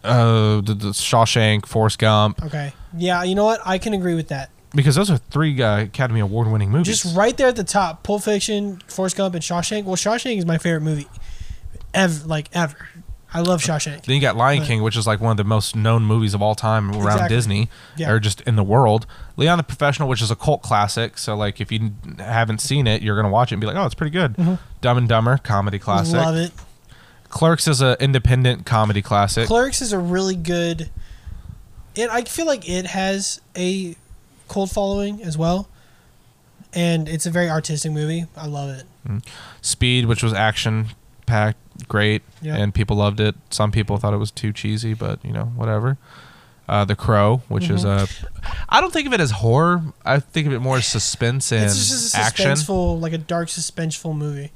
Uh, the, the Shawshank, Forrest Gump, Okay. Yeah, you know what? I can agree with that. because those are three uh, Academy Award winning movies. Just right there at the top, Pulp Fiction, Forrest Gump, and Shawshank. Well, Shawshank is my favorite movie, ever. Like ever, I love Shawshank. then you got Lion Right. King, which is like one of the most known movies of all time around Exactly. Disney Yeah. or just in the world. Leon the Professional, which is a cult classic, so like if you n- haven't seen it, you're gonna watch it and be like, oh, it's pretty good. Dumb and Dumber, comedy classic. Mm-hmm. Love it. Clerks is an independent comedy classic. Clerks is a really good. It I feel like it has a cold following as well, and it's a very artistic movie. I love it. Speed, which was action packed, great, Yeah. and people loved it. Some people thought it was too cheesy, but you know, whatever. Uh, the Crow, which is a, Mm-hmm. I don't think of it as horror. I think of it more as suspense and it's just a action. suspenseful, like a dark suspenseful movie.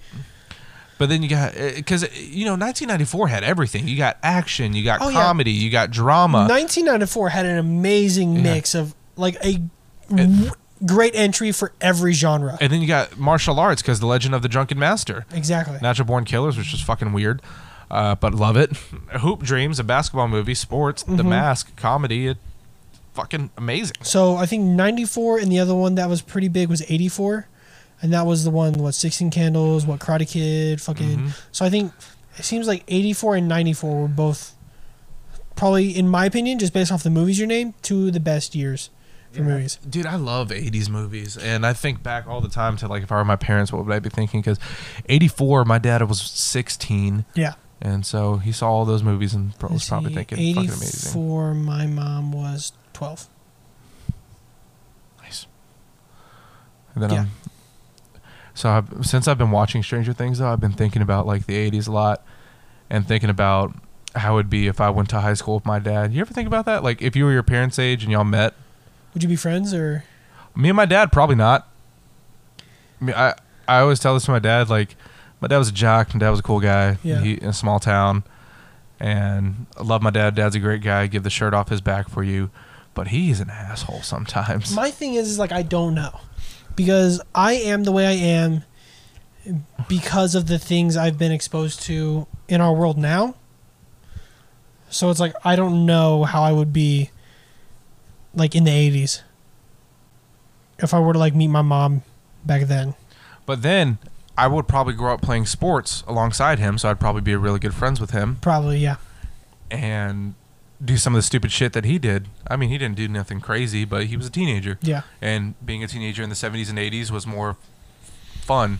But then you got because you know 1994 had everything. You got action, you got Oh, yeah. comedy, you got drama. 1994 had an amazing mix of like a And- great entry for every genre. and then you got martial arts because the legend of the drunken master, exactly. natural born killers, which is fucking weird, uh, but love it. (laughs) Hoop dreams, a basketball movie, sports, the mask, comedy, it, fucking amazing. So I think 94 and the other one that was pretty big was 84. And that was the one, what, 16 Candles, what, Karate Kid, fucking. Mm-hmm. So I think it seems like 84 and 94 were both probably, in my opinion, just based off the movies you named, two of the best years for movies. Dude, I love 80s movies. And I think back all the time to like, if I were my parents, what would I be thinking? Because 84, my dad was 16. Yeah. And so he saw all those movies and pro- was Let's probably see, thinking, fucking amazing. 84, my mom was 12. Nice. And then Yeah. I'm. So I've, since I've been watching Stranger Things, though, I've been thinking about like the 80s a lot and thinking about how it would be if I went to high school with my dad. You ever think about that? Like if you were your parents' age and y'all met, Would you be friends or. Me and my dad probably not. I mean, I I always tell this to my dad. Like, my dad was a jock. My dad was a cool guy. Yeah. He in a small town, and I love my dad. Dad's a great guy. Give the shirt off his back for you, but he's an asshole sometimes. My thing is, is like I don't know because I am the way I am because of the things I've been exposed to in our world now. So it's like I don't know how I would be like in the 80s if I were to like meet my mom back then. but then I would probably grow up playing sports alongside him, so I'd probably be really good friends with him Probably, yeah. and do some of the stupid shit that he did. I mean, he didn't do nothing crazy, but he was a teenager. Yeah. and being a teenager in the 70s and 80s was more fun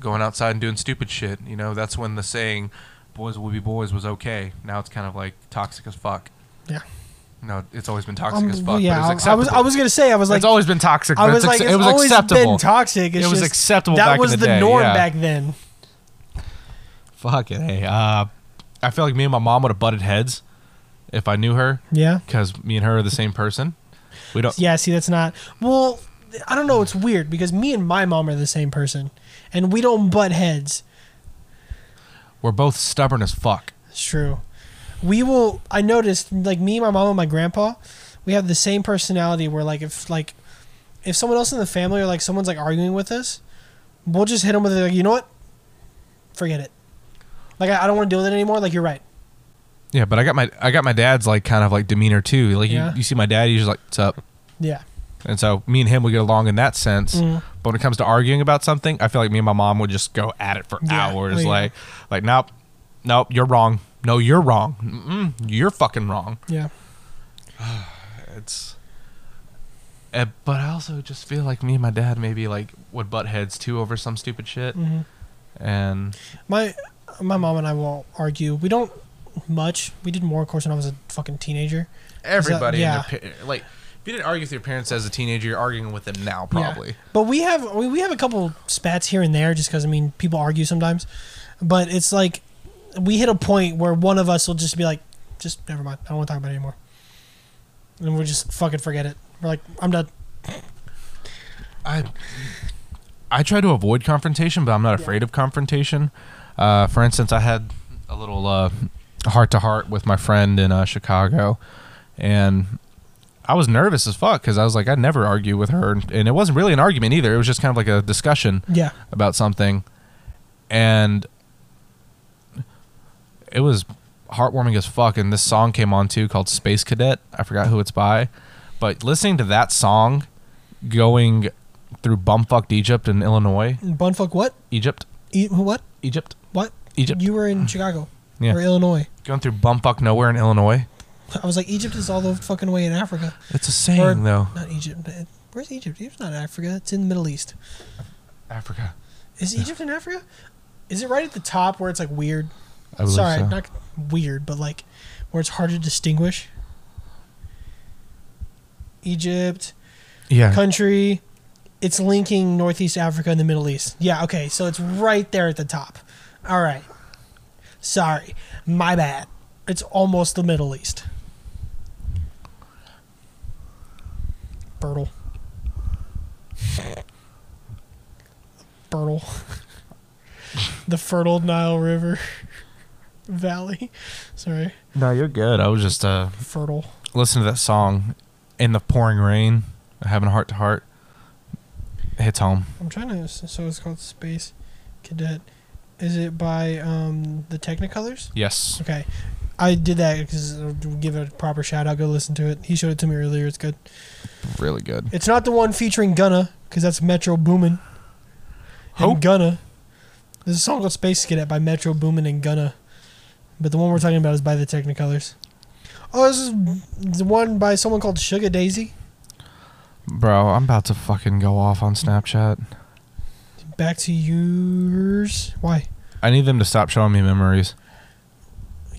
going outside and doing stupid shit you know that's when the saying boys will be boys was okay now it's kind of like toxic as fuck Yeah. no it's always been toxic Um, as fuck yeah, but I- it's I was acceptable I was going to say I was like it's always been toxic I but was it's like ex- it's it was always acceptable been toxic. It's It was just- acceptable That back in was the the day, norm yeah. back then. fuck it hey uh, i feel like me and my mom would have butted heads if i knew her Yeah. because me and her are the same person we don't Yeah, see, that's not. Well, I don't know. It's weird because me and my mom are the same person, and we don't butt heads. we're both stubborn as fuck It's true. We will. I noticed, like me, my mom, and my grandpa, we have the same personality. Where like if like if someone else in the family or like someone's like arguing with us, we'll just hit them with it, like you know what, forget it. Like I, I don't want to deal with it anymore. Like you're right. yeah but i got my i got my dad's like kind of like demeanor too like Yeah. you, you see my dad he's just like what's up Yeah. And so me and him would get along in that sense. Mhm. But when it comes to arguing about something, I feel like me and my mom would just go at it for Yeah. hours. Oh, yeah. Like, like nope, nope, you're wrong. No, you're wrong. Mm-mm, you're fucking wrong. Yeah. It's. eh, but I also just feel like me and my dad maybe like would butt heads too over some stupid shit. Mhm. And My my mom and I will argue. We don't much. We did more, of course, when I was a fucking teenager. everybody, in yeah. their, pa- like, if you didn't argue with your parents as a teenager, you're arguing with them now Yeah. probably. But we have we, we have a couple spats here and there just because I mean people argue sometimes, but it's like we hit a point where one of us will just be like, just never mind, I don't want to talk about it anymore, and we just fucking forget it. We're like, I'm done. I I try to avoid confrontation, but I'm not afraid of confrontation. Uh, for instance, I had a little uh, heart to heart with my friend in uh, Chicago, and I was nervous as fuck because I was like, I'd never argue with her, and it wasn't really an argument either. It was just kind of like a discussion Yeah, about something, and it was heartwarming as fuck. And this song came on too called Space Cadet. I forgot who it's by, but listening to that song, going through bumfucked Egypt and Illinois, Bunfuck what? Egypt, E- what? Egypt, What? Egypt, Mm. You were in Chicago Yeah. or Illinois. going through bumfuck nowhere in Illinois. I was like, Egypt is all the fucking way in Africa. It's a Or- saying though. Not Egypt. but- Where's Egypt? Egypt's not Africa. It's in the Middle East. Africa. Is Egypt in Africa? Is it right at the top where it's like weird? I believe Sorry, so. not weird, but like where it's hard to distinguish. Egypt yeah. country. It's linking Northeast Africa and the Middle East. Yeah, okay, so it's right there at the top. All right. Sorry, my bad. It's almost the Middle East. Bertle. Bertle. (laughs) the fertile Nile River (laughs) Valley. Sorry, No, you're good. I was just uh fertile. listening to that song in the pouring rain, having a heart to heart. Hits home. I'm trying to. So it's called Space Cadet. Is it by um, the Technicolors? Yes. Okay, I did that because give it a proper shout out. Go listen to it. He showed it to me earlier. It's good. Really good. It's not the one featuring Gunna because that's Metro Boomin. Who? And Gunna. There's a song called Space Cadet by Metro Boomin and Gunna, but the one we're talking about is by the Technicolors. Oh, this is the one by someone called Sugar Daisy. Bro, I'm about to fucking go off on Snapchat. Back to yours. Why? I need them to stop showing me memories.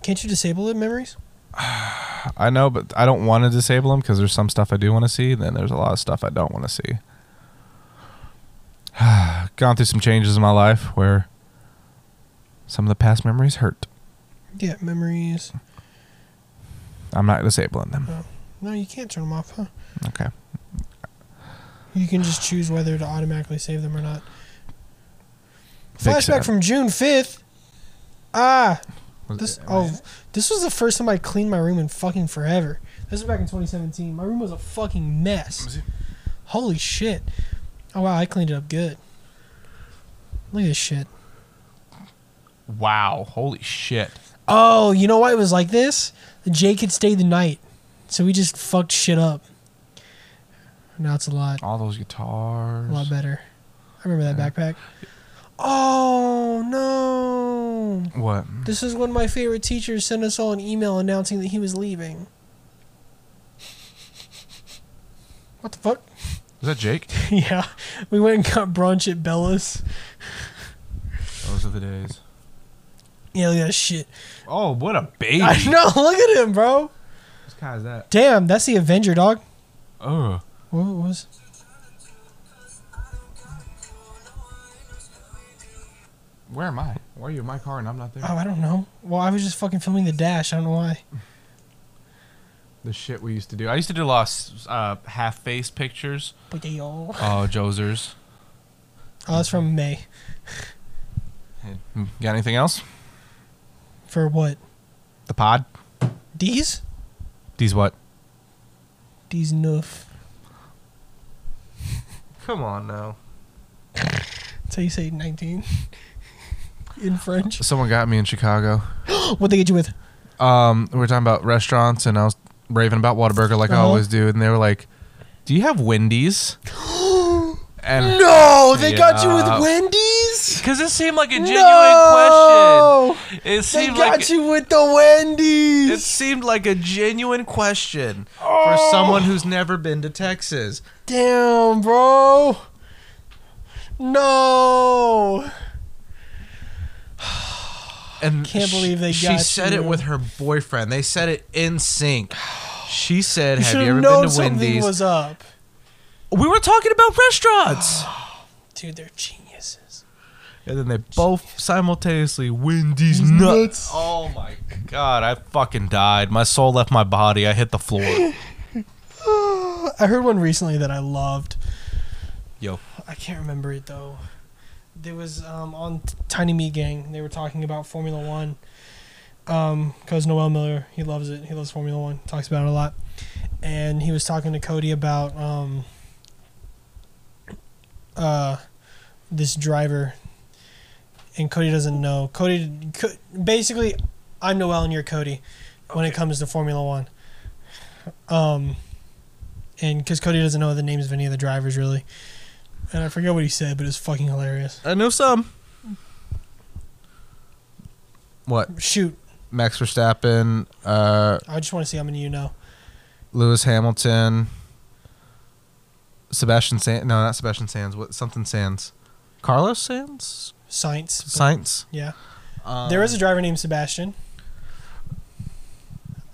Can't you disable it, memories? I know, but I don't want to disable them because there's some stuff I do want to see. Then there's a lot of stuff I don't want to see. (sighs) Gone through some changes in my life where some of the past memories hurt. Yeah, memories. I'm not disabling them. No, you can't turn them off, huh? Okay. You can just choose whether to automatically save them or not. Fix Flashback that. from June 5th. Ah, Was- this oh, this was the first time I cleaned my room in fucking forever. This was back in 2017. My room was a fucking mess. Holy shit. Oh wow, I cleaned it up good. Look at this shit. Wow. Holy shit. Oh, you know why it was like this? Jake had stayed the night. So we just fucked shit up. Now it's a lot. All those guitars. A lot better. I remember that backpack. Oh no! What? This is when my favorite teacher sent us all an email announcing that he was leaving. What the fuck? (laughs) Is that Jake? yeah, we went and got brunch at Bella's. Those are the days. Yeah, look at that shit. Oh, what a baby. I know. (laughs) Look at him, bro. What kind is that? Damn, that's the Avenger dog. Oh. What was? Where am I? Why are you in my car and I'm not there? Oh, I don't know. Well, I was just fucking filming the dash. I don't know why. The shit we used to do. I used to do a lot of s- uh, half face pictures. But they all. Oh, Josers. Oh, that's from May. hmm, Got anything else? For what? The pod? These? These what? These nuff. Come on now. That's how you say 19 (laughs) in French. (gasps) Someone got me in Chicago. What'd they get you with? (gasps) Um, we were talking about restaurants and I was raving about Whataburger like I Uh-huh. always do. And they were like, Do you have Wendy's? And. No, they got you with Yeah. Wendy's? Because it seemed like a genuine question. It They seemed got like you with the Wendy's. Oh, It seemed like a genuine question for someone who's never been to Texas. Damn, bro. No. And Can't sh- believe they she got said you. it with her boyfriend. They said it in sync. She said, You "Have should you ever have been known to something Wendy's?" was up. we were talking about restaurants, Dude, they're geniuses. and then they both simultaneously Wendy's nuts. Oh my god! I fucking died. My soul left my body. I hit the floor. (gasps) I heard one recently that I loved. Yo, I can't remember it though. There was um, on T- Tiny Meat Gang. They were talking about Formula One. Um, cause Noel Miller, he loves it. He loves Formula One. Talks about it a lot. And he was talking to Cody about um, uh, this driver. And Cody doesn't know. Cody, Co- basically, I'm Noel and you're Cody when it Okay. comes to Formula One. Um, and because Cody doesn't know the names of any of the drivers really, and I forget what he said, but it's fucking hilarious. I know some. What? Shoot, Max Verstappen, uh, I just want to see how many you know. Lewis Hamilton, Sebastian Sands. No, not Sebastian Sands. What? Something Sands. Carlos Sands. Science. but- Science. Yeah. Um, There is a driver named Sebastian.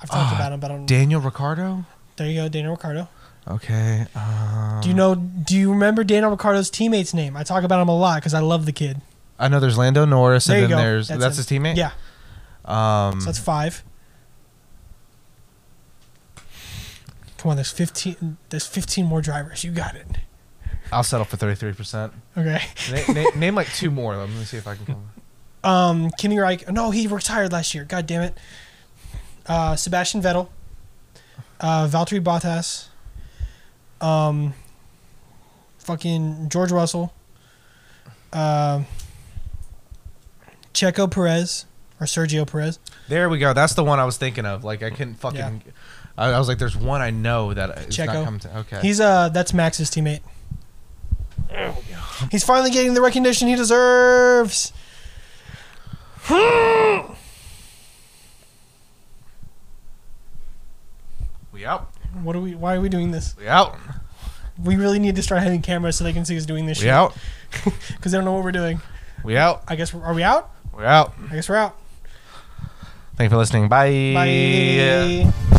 I've talked Ah, about him, but I don't. Daniel Ricardo. there you go, Daniel Ricciardo. Okay. Um, Do you know? Do you remember Daniel Ricciardo's teammate's name? I talk about him a lot because I love the kid. I know there's Lando Norris, There you and then go. there's That's that's, him. his teammate. Yeah, Um, so that's five. Come on, there's fifteen. There's fifteen more drivers. You got it. I'll settle for thirty three (laughs) percent. Okay. Name like two more. Let me see if I can. Come. Um, Kimi Raik. No, he retired last year. God damn it. Uh, Sebastian Vettel. Uh, Valtteri Bottas. Um, fucking George Russell. Um, Checo Perez or Sergio Perez. There we go. That's the one I was thinking of. Like I couldn't fucking. I, I was like, there's one I know that it's Checo. not coming to. Okay. He's uh, that's Max's teammate. He's finally getting the recognition he deserves. we out. What are we? Why are we doing this? We out. We really need to start having cameras so they can see us doing this We shit out. because they don't know what we're doing. We out. I guess we're, are we out? We out. I guess we're out. Thank you for listening. Bye. Bye.